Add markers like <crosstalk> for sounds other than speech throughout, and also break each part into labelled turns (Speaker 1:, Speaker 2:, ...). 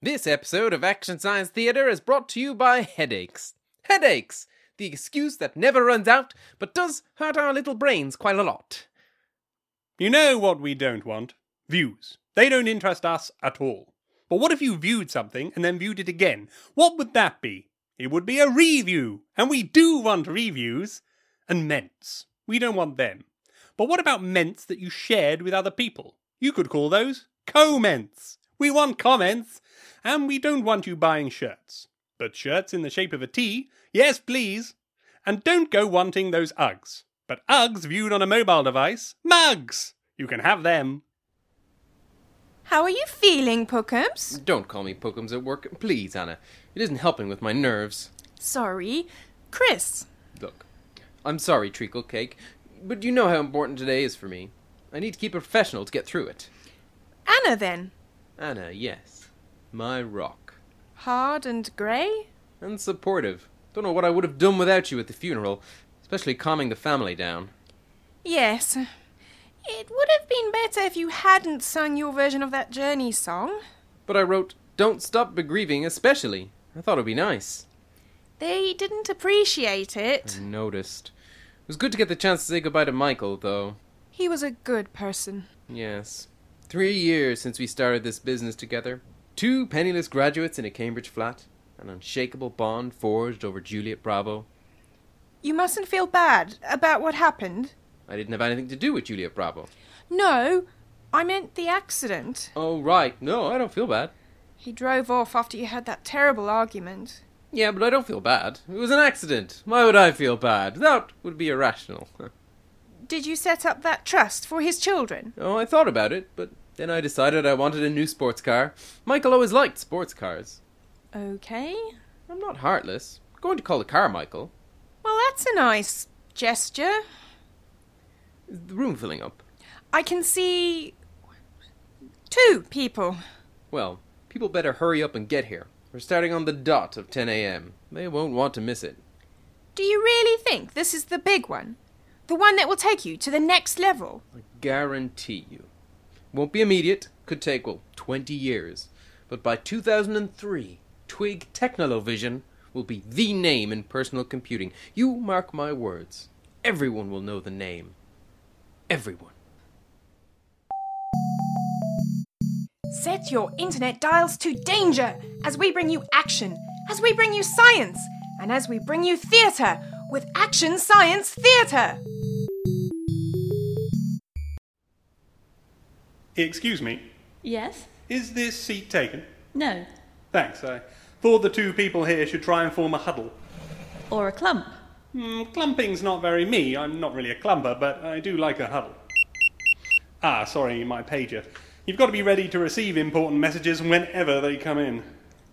Speaker 1: This episode of Action Science Theater is brought to you by headaches. Headaches! The excuse that never runs out, but does hurt our little brains quite a lot.
Speaker 2: You know what we don't want? Views. They don't interest us at all. But what if you viewed something and then viewed it again? What would that be? It would be a review. And we do want reviews. And ments. We don't want them. But what about ments that you shared with other people? You could call those comments. We want comments. And we don't want you buying shirts. But shirts in the shape of a T? Yes, please. And don't go wanting those Uggs. But Uggs viewed on a mobile device? Mugs! You can have them.
Speaker 3: How are you feeling, Pookums?
Speaker 1: Don't call me Pookums at work, please, Anna. It isn't helping with my nerves.
Speaker 3: Sorry. Chris,
Speaker 1: Look, I'm sorry, Treacle Cake, but you know how important today is for me. I need to keep professional to get through it.
Speaker 3: Anna then.
Speaker 1: Anna, yes. My rock.
Speaker 3: Hard and grey?
Speaker 1: And supportive. Don't know what I would have done without you at the funeral, especially calming the family down.
Speaker 3: Yes. It would have been better if you hadn't sung your version of that journey song.
Speaker 1: But I wrote, Don't stop begrieving, especially. I thought it would be nice.
Speaker 3: They didn't appreciate it.
Speaker 1: Noticed. It was good to get the chance to say goodbye to Michael, though.
Speaker 3: He was a good person.
Speaker 1: Yes. Three years since we started this business together. Two penniless graduates in a Cambridge flat. An unshakable bond forged over Juliet Bravo.
Speaker 3: You mustn't feel bad about what happened.
Speaker 1: I didn't have anything to do with Juliet Bravo.
Speaker 3: No, I meant the accident.
Speaker 1: Oh, right. No, I don't feel bad.
Speaker 3: He drove off after you had that terrible argument.
Speaker 1: Yeah, but I don't feel bad. It was an accident. Why would I feel bad? That would be irrational.
Speaker 3: Did you set up that trust for his children?
Speaker 1: Oh, I thought about it, but then I decided I wanted a new sports car. Michael always liked sports cars.
Speaker 3: Okay.
Speaker 1: I'm not heartless. I'm going to call the car Michael.
Speaker 3: Well, that's a nice gesture.
Speaker 1: Is the room filling up?
Speaker 3: I can see two people.
Speaker 1: Well, people better hurry up and get here. We're starting on the dot of 10 a.m. They won't want to miss it.
Speaker 3: Do you really think this is the big one? The one that will take you to the next level?
Speaker 1: I guarantee you. Won't be immediate. Could take, well, 20 years. But by 2003, Twig Technolovision will be the name in personal computing. You mark my words. Everyone will know the name. Everyone.
Speaker 3: Set your internet dials to danger as we bring you action, as we bring you science, and as we bring you theatre with Action Science Theatre.
Speaker 2: Excuse me,
Speaker 4: Yes?
Speaker 2: is this seat taken?
Speaker 4: No.
Speaker 2: Thanks, I thought the two people here should try and form a huddle.
Speaker 4: Or a clump?
Speaker 2: Hmm, clumping's not very me, I'm not really a clumper, but I do like a huddle. Ah, sorry, my pager. You've got to be ready to receive important messages whenever they come in.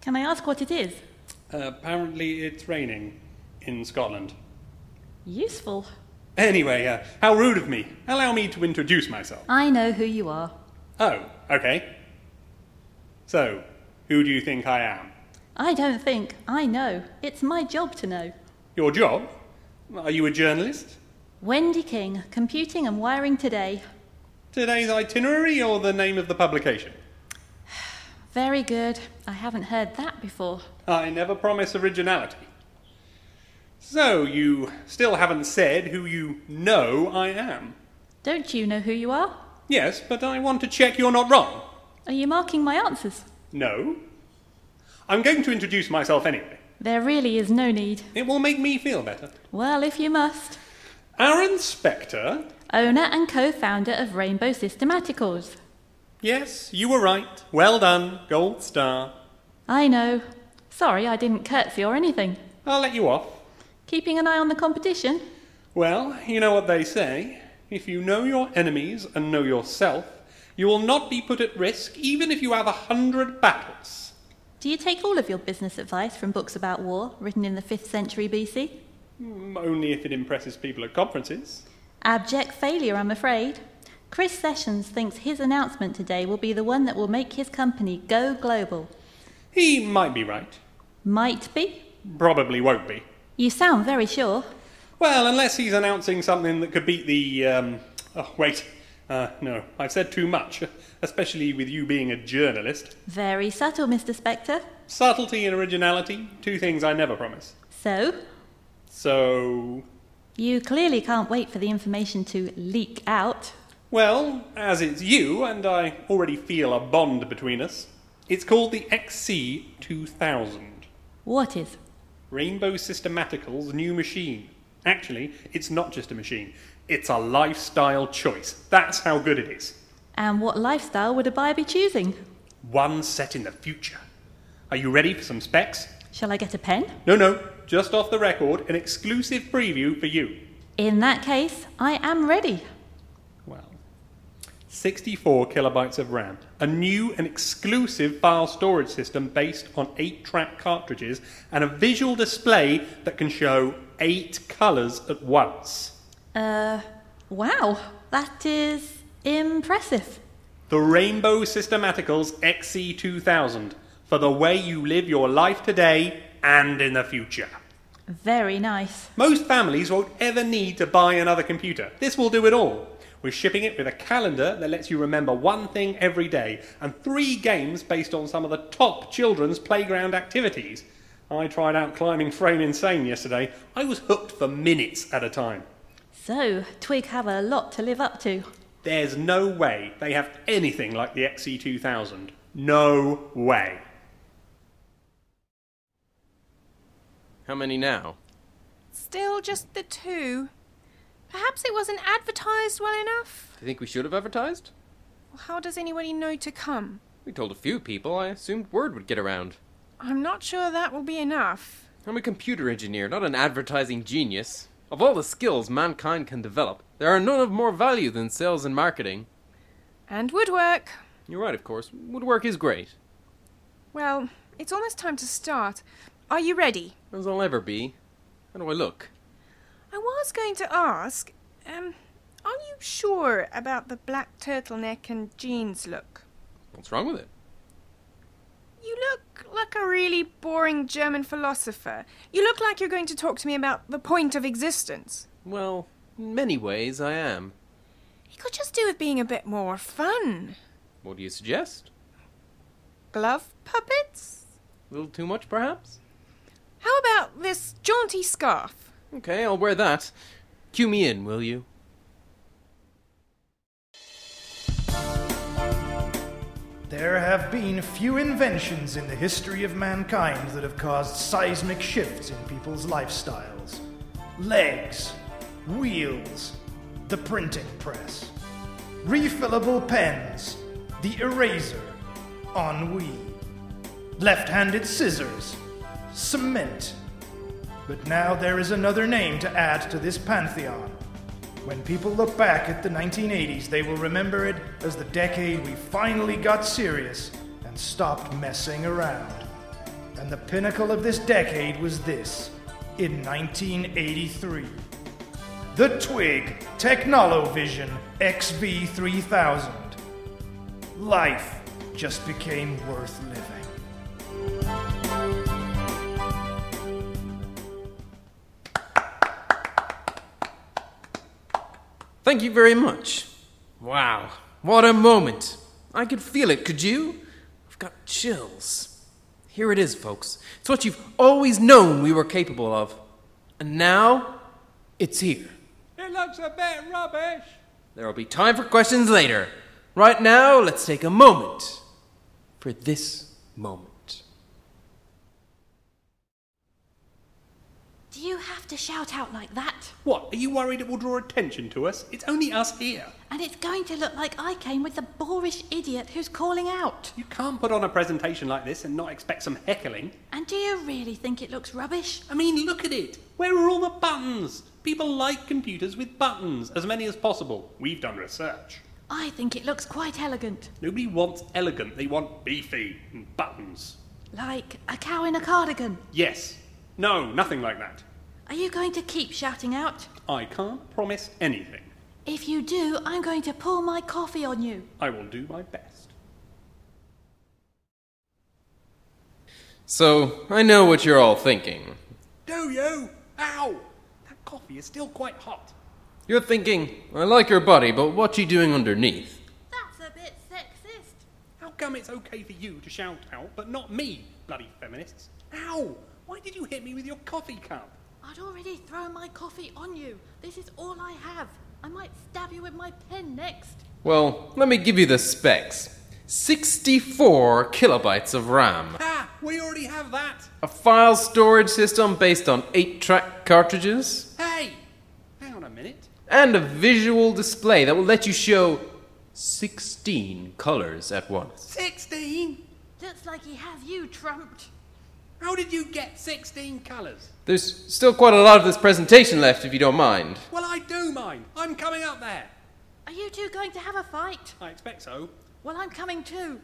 Speaker 4: Can I ask what it is?
Speaker 2: Apparently, it's raining in Scotland.
Speaker 4: Useful.
Speaker 2: Anyway, uh, how rude of me. Allow me to introduce myself.
Speaker 4: I know who you are.
Speaker 2: Oh, okay. So, who do you think I am?
Speaker 4: I don't think. I know. It's my job to know.
Speaker 2: Your job? Are you a journalist?
Speaker 4: Wendy King, Computing and Wiring Today.
Speaker 2: Today's itinerary or the name of the publication?
Speaker 4: Very good. I haven't heard that before.
Speaker 2: I never promise originality. So, you still haven't said who you know I am.
Speaker 4: Don't you know who you are?
Speaker 2: Yes, but I want to check you're not wrong.
Speaker 4: Are you marking my answers?
Speaker 2: No. I'm going to introduce myself anyway.
Speaker 4: There really is no need.
Speaker 2: It will make me feel better.
Speaker 4: Well, if you must.
Speaker 2: Our inspector.
Speaker 4: Owner and co founder of Rainbow Systematicals.
Speaker 2: Yes, you were right. Well done. Gold star.
Speaker 4: I know. Sorry, I didn't curtsy or anything.
Speaker 2: I'll let you off.
Speaker 4: Keeping an eye on the competition?
Speaker 2: Well, you know what they say. If you know your enemies and know yourself, you will not be put at risk even if you have a hundred battles.
Speaker 4: Do you take all of your business advice from books about war written in the 5th century BC?
Speaker 2: Mm, Only if it impresses people at conferences.
Speaker 4: Abject failure, I'm afraid. Chris Sessions thinks his announcement today will be the one that will make his company go global.
Speaker 2: He might be right.
Speaker 4: Might be.
Speaker 2: Probably won't be.
Speaker 4: You sound very sure.
Speaker 2: Well, unless he's announcing something that could beat the. Um, oh, wait. Uh, no, I've said too much, especially with you being a journalist.
Speaker 4: Very subtle, Mr. Spectre.
Speaker 2: Subtlety and originality, two things I never promise.
Speaker 4: So,
Speaker 2: So,
Speaker 4: you clearly can't wait for the information to leak out.
Speaker 2: well, as it's you, and I already feel a bond between us, it's called the XC2000.
Speaker 4: What is?
Speaker 2: Rainbow Systematical's new machine. Actually, it's not just a machine, it's a lifestyle choice. That's how good it is.
Speaker 4: And what lifestyle would a buyer be choosing?
Speaker 2: One set in the future. Are you ready for some specs?
Speaker 4: Shall I get a pen?
Speaker 2: No, no, just off the record, an exclusive preview for you.
Speaker 4: In that case, I am ready.
Speaker 2: Well, 64 kilobytes of RAM, a new and exclusive file storage system based on 8 track cartridges, and a visual display that can show 8 colours at once.
Speaker 4: Uh, wow, that is impressive.
Speaker 2: The Rainbow Systematicals XC2000 for the way you live your life today and in the future.
Speaker 4: Very nice.
Speaker 2: Most families won't ever need to buy another computer. This will do it all. We're shipping it with a calendar that lets you remember one thing every day and three games based on some of the top children's playground activities. I tried out climbing Frame Insane yesterday. I was hooked for minutes at a time.
Speaker 4: So, Twig have a lot to live up to.
Speaker 2: There's no way they have anything like the XC2000. No way.
Speaker 1: How many now?
Speaker 3: Still just the two. Perhaps it wasn't advertised well enough?
Speaker 1: Do you think we should have advertised?
Speaker 3: How does anybody know to come?
Speaker 1: We told a few people. I assumed word would get around.
Speaker 3: I'm not sure that will be enough.
Speaker 1: I'm a computer engineer, not an advertising genius. Of all the skills mankind can develop, there are none of more value than sales and marketing.
Speaker 3: And woodwork.
Speaker 1: You're right, of course. Woodwork is great,
Speaker 3: Well, it's almost time to start. Are you ready?
Speaker 1: as I'll ever be. How do I look?
Speaker 3: I was going to ask, um, are you sure about the black turtleneck and jeans look?
Speaker 1: What's wrong with it?
Speaker 3: You look like a really boring German philosopher. You look like you're going to talk to me about the point of existence.
Speaker 1: Well, in many ways, I am.
Speaker 3: You could just do with being a bit more fun.
Speaker 1: What do you suggest?
Speaker 3: Glove puppets?
Speaker 1: A little too much, perhaps?
Speaker 3: How about this jaunty scarf?
Speaker 1: Okay, I'll wear that. Cue me in, will you?
Speaker 5: There have been few inventions in the history of mankind that have caused seismic shifts in people's lifestyles. Legs, wheels, the printing press, refillable pens, the eraser, ennui, left handed scissors, cement. But now there is another name to add to this pantheon. When people look back at the 1980s, they will remember it as the decade we finally got serious and stopped messing around. And the pinnacle of this decade was this in 1983 the Twig Technolovision XV3000. Life just became worth living.
Speaker 1: Thank you very much. Wow, what a moment. I could feel it, could you? I've got chills. Here it is, folks. It's what you've always known we were capable of. And now, it's here.
Speaker 2: It looks a bit rubbish.
Speaker 1: There'll be time for questions later. Right now, let's take a moment for this moment.
Speaker 4: Do you have to shout out like that?
Speaker 2: What, are you worried it will draw attention to us? It's only us here.
Speaker 4: And it's going to look like I came with the boorish idiot who's calling out.
Speaker 2: You can't put on a presentation like this and not expect some heckling.
Speaker 4: And do you really think it looks rubbish?
Speaker 2: I mean, look at it. Where are all the buttons? People like computers with buttons, as many as possible. We've done research.
Speaker 4: I think it looks quite elegant,
Speaker 2: Nobody wants elegant, they want beefy and buttons.
Speaker 4: like a cow in a cardigan.
Speaker 2: Yes. No, nothing like that.
Speaker 4: Are you going to keep shouting out?
Speaker 2: I can't promise anything.
Speaker 4: If you do, I'm going to pour my coffee on you.
Speaker 2: I will do my best.
Speaker 1: So, I know what you're all thinking.
Speaker 2: Do you? Ow! That coffee is still quite hot.
Speaker 1: You're thinking, I like your body, but what's she doing underneath?
Speaker 4: That's a bit sexist.
Speaker 2: How come it's okay for you to shout out, but not me, bloody feminists? Ow! Why did you hit me with your coffee cup?
Speaker 4: I'd already thrown my coffee on you. This is all I have. I might stab you with my pen next.
Speaker 1: Well, let me give you the specs 64 kilobytes of RAM.
Speaker 2: Ah, we already have that.
Speaker 1: A file storage system based on 8 track cartridges,
Speaker 2: Hey, hang on a minute.
Speaker 1: and a visual display that will let you show 16 colors at once.
Speaker 2: Sixteen?
Speaker 4: Looks like he has you trumped.
Speaker 2: How did you get sixteen colours?
Speaker 1: There's still quite a lot of this presentation left if you don't mind.
Speaker 2: Well, I do mind. I'm coming up there.
Speaker 4: Are you two going to have a fight?
Speaker 2: I expect so.
Speaker 4: Well, I'm coming too.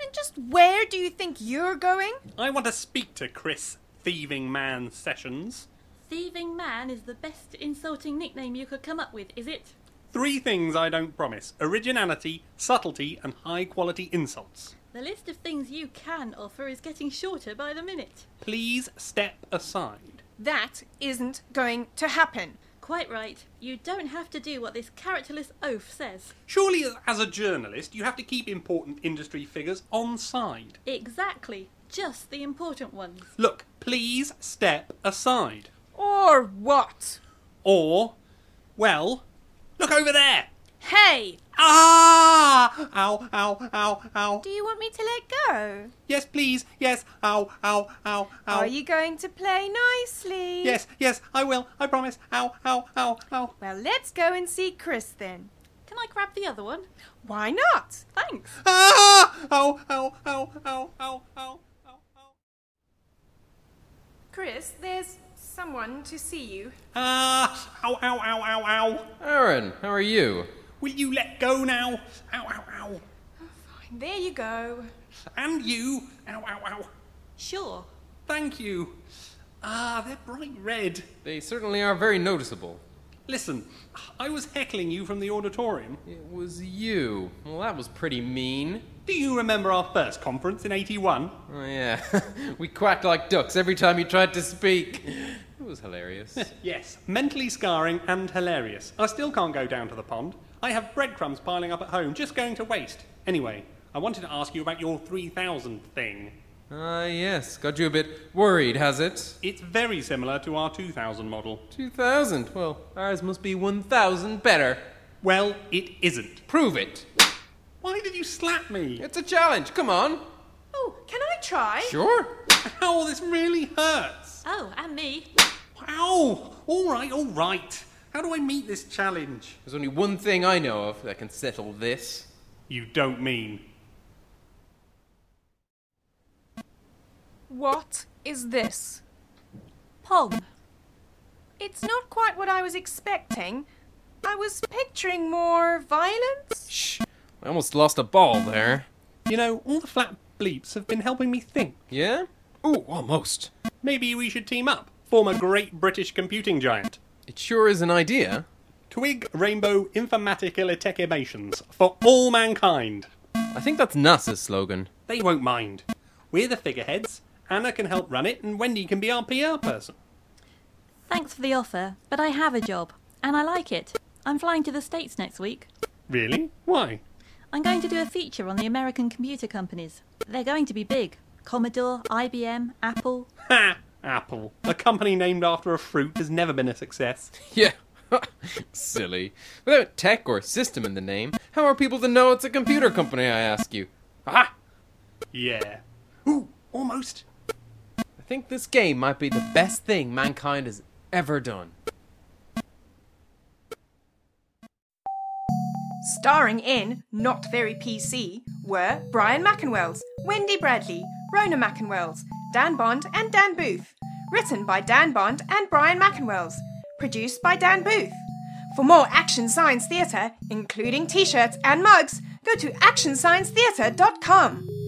Speaker 3: And just where do you think you're going?
Speaker 2: I want to speak to Chris Thieving Man Sessions.
Speaker 4: Thieving man is the best insulting nickname you could come up with, is it?
Speaker 2: Three things I don't promise originality, subtlety, and high quality insults.
Speaker 4: The list of things you can offer is getting shorter by the minute.
Speaker 2: Please step aside.
Speaker 3: That isn't going to happen.
Speaker 4: Quite right. You don't have to do what this characterless oaf says.
Speaker 2: Surely, as a journalist, you have to keep important industry figures on side.
Speaker 4: Exactly. Just the important ones.
Speaker 2: Look, please step aside.
Speaker 3: Or what?
Speaker 2: Or, well, look over there.
Speaker 3: Hey,
Speaker 2: Ah! Ow, ow, ow, ow.
Speaker 3: do you want me to let go?
Speaker 2: Yes, please. Yes. Ow, ow, ow, ow.
Speaker 3: Are you going to play nicely?
Speaker 2: Yes, yes, I will. I promise. Ow, ow, ow, ow.
Speaker 3: Well, let's go and see Chris then.
Speaker 4: Can I grab the other one?
Speaker 3: Why not?
Speaker 4: Thanks.
Speaker 2: Ah! Ow, ow, ow, ow, ow, ow. ow, ow.
Speaker 3: Chris, there's someone to see you.
Speaker 2: Ah! Ow, ow, ow, ow, ow.
Speaker 1: Aaron, how are you?
Speaker 2: Will you let go now? Ow, ow, ow.
Speaker 3: There you go.
Speaker 2: And you. Ow, ow, ow.
Speaker 4: Sure.
Speaker 2: Thank you. Ah, they're bright red.
Speaker 1: They certainly are very noticeable.
Speaker 2: Listen, I was heckling you from the auditorium.
Speaker 1: It was you. Well, that was pretty mean.
Speaker 2: Do you remember our first conference in 81?
Speaker 1: Oh, yeah. <laughs> we quacked like ducks every time you tried to speak. It was hilarious.
Speaker 2: Yes, mentally scarring and hilarious. I still can't go down to the pond. I have breadcrumbs piling up at home, just going to waste. Anyway, I wanted to ask you about your 3000 thing.
Speaker 1: Ah, yes. Got you a bit worried, has it?
Speaker 2: It's very similar to our 2000 model.
Speaker 1: 2000. Well, ours must be 1000 better.
Speaker 2: Well, it isn't.
Speaker 1: Prove it.
Speaker 2: Why did you slap me?
Speaker 1: It's a challenge. Come on.
Speaker 3: Oh, can I try?
Speaker 1: Sure.
Speaker 2: Ow, this really hurts.
Speaker 4: Oh, and me.
Speaker 2: Ow! Alright, alright. How do I meet this challenge?
Speaker 1: There's only one thing I know of that can settle this.
Speaker 2: You don't mean.
Speaker 3: What is this?
Speaker 4: Pong.
Speaker 3: It's not quite what I was expecting. I was picturing more violence.
Speaker 1: Shh. I almost lost a ball there.
Speaker 2: You know, all the flat bleeps have been helping me think.
Speaker 1: Yeah? Ooh, almost.
Speaker 2: Maybe we should team up, form a great British computing giant.
Speaker 1: It sure is an idea.
Speaker 2: Twig Rainbow Informatical Techimations for all mankind.
Speaker 1: I think that's NASA's slogan. <laughs>
Speaker 2: They won't mind. We're the figureheads. Anna can help run it, and Wendy can be our PR person.
Speaker 4: Thanks for the offer, but I have a job, and I like it. I'm flying to the States next week.
Speaker 2: Really? Why?
Speaker 4: I'm going to do a feature on the American computer companies. They're going to be big Commodore, IBM, Apple.
Speaker 2: Ha! Apple. A company named after a fruit has never been a success.
Speaker 1: Yeah. <laughs> Silly. Without tech or system in the name, how are people to know it's a computer company, I ask you?
Speaker 2: Aha! Yeah. Ooh, almost.
Speaker 1: I think this game might be the best thing mankind has ever done.
Speaker 3: Starring in Not Very PC were Brian McInwells, Wendy Bradley, Rona McInwells, Dan Bond, and Dan Booth. Written by Dan Bond and Brian McInwells. Produced by Dan Booth. For more Action Science Theatre, including t shirts and mugs, go to actionsciencetheatre.com.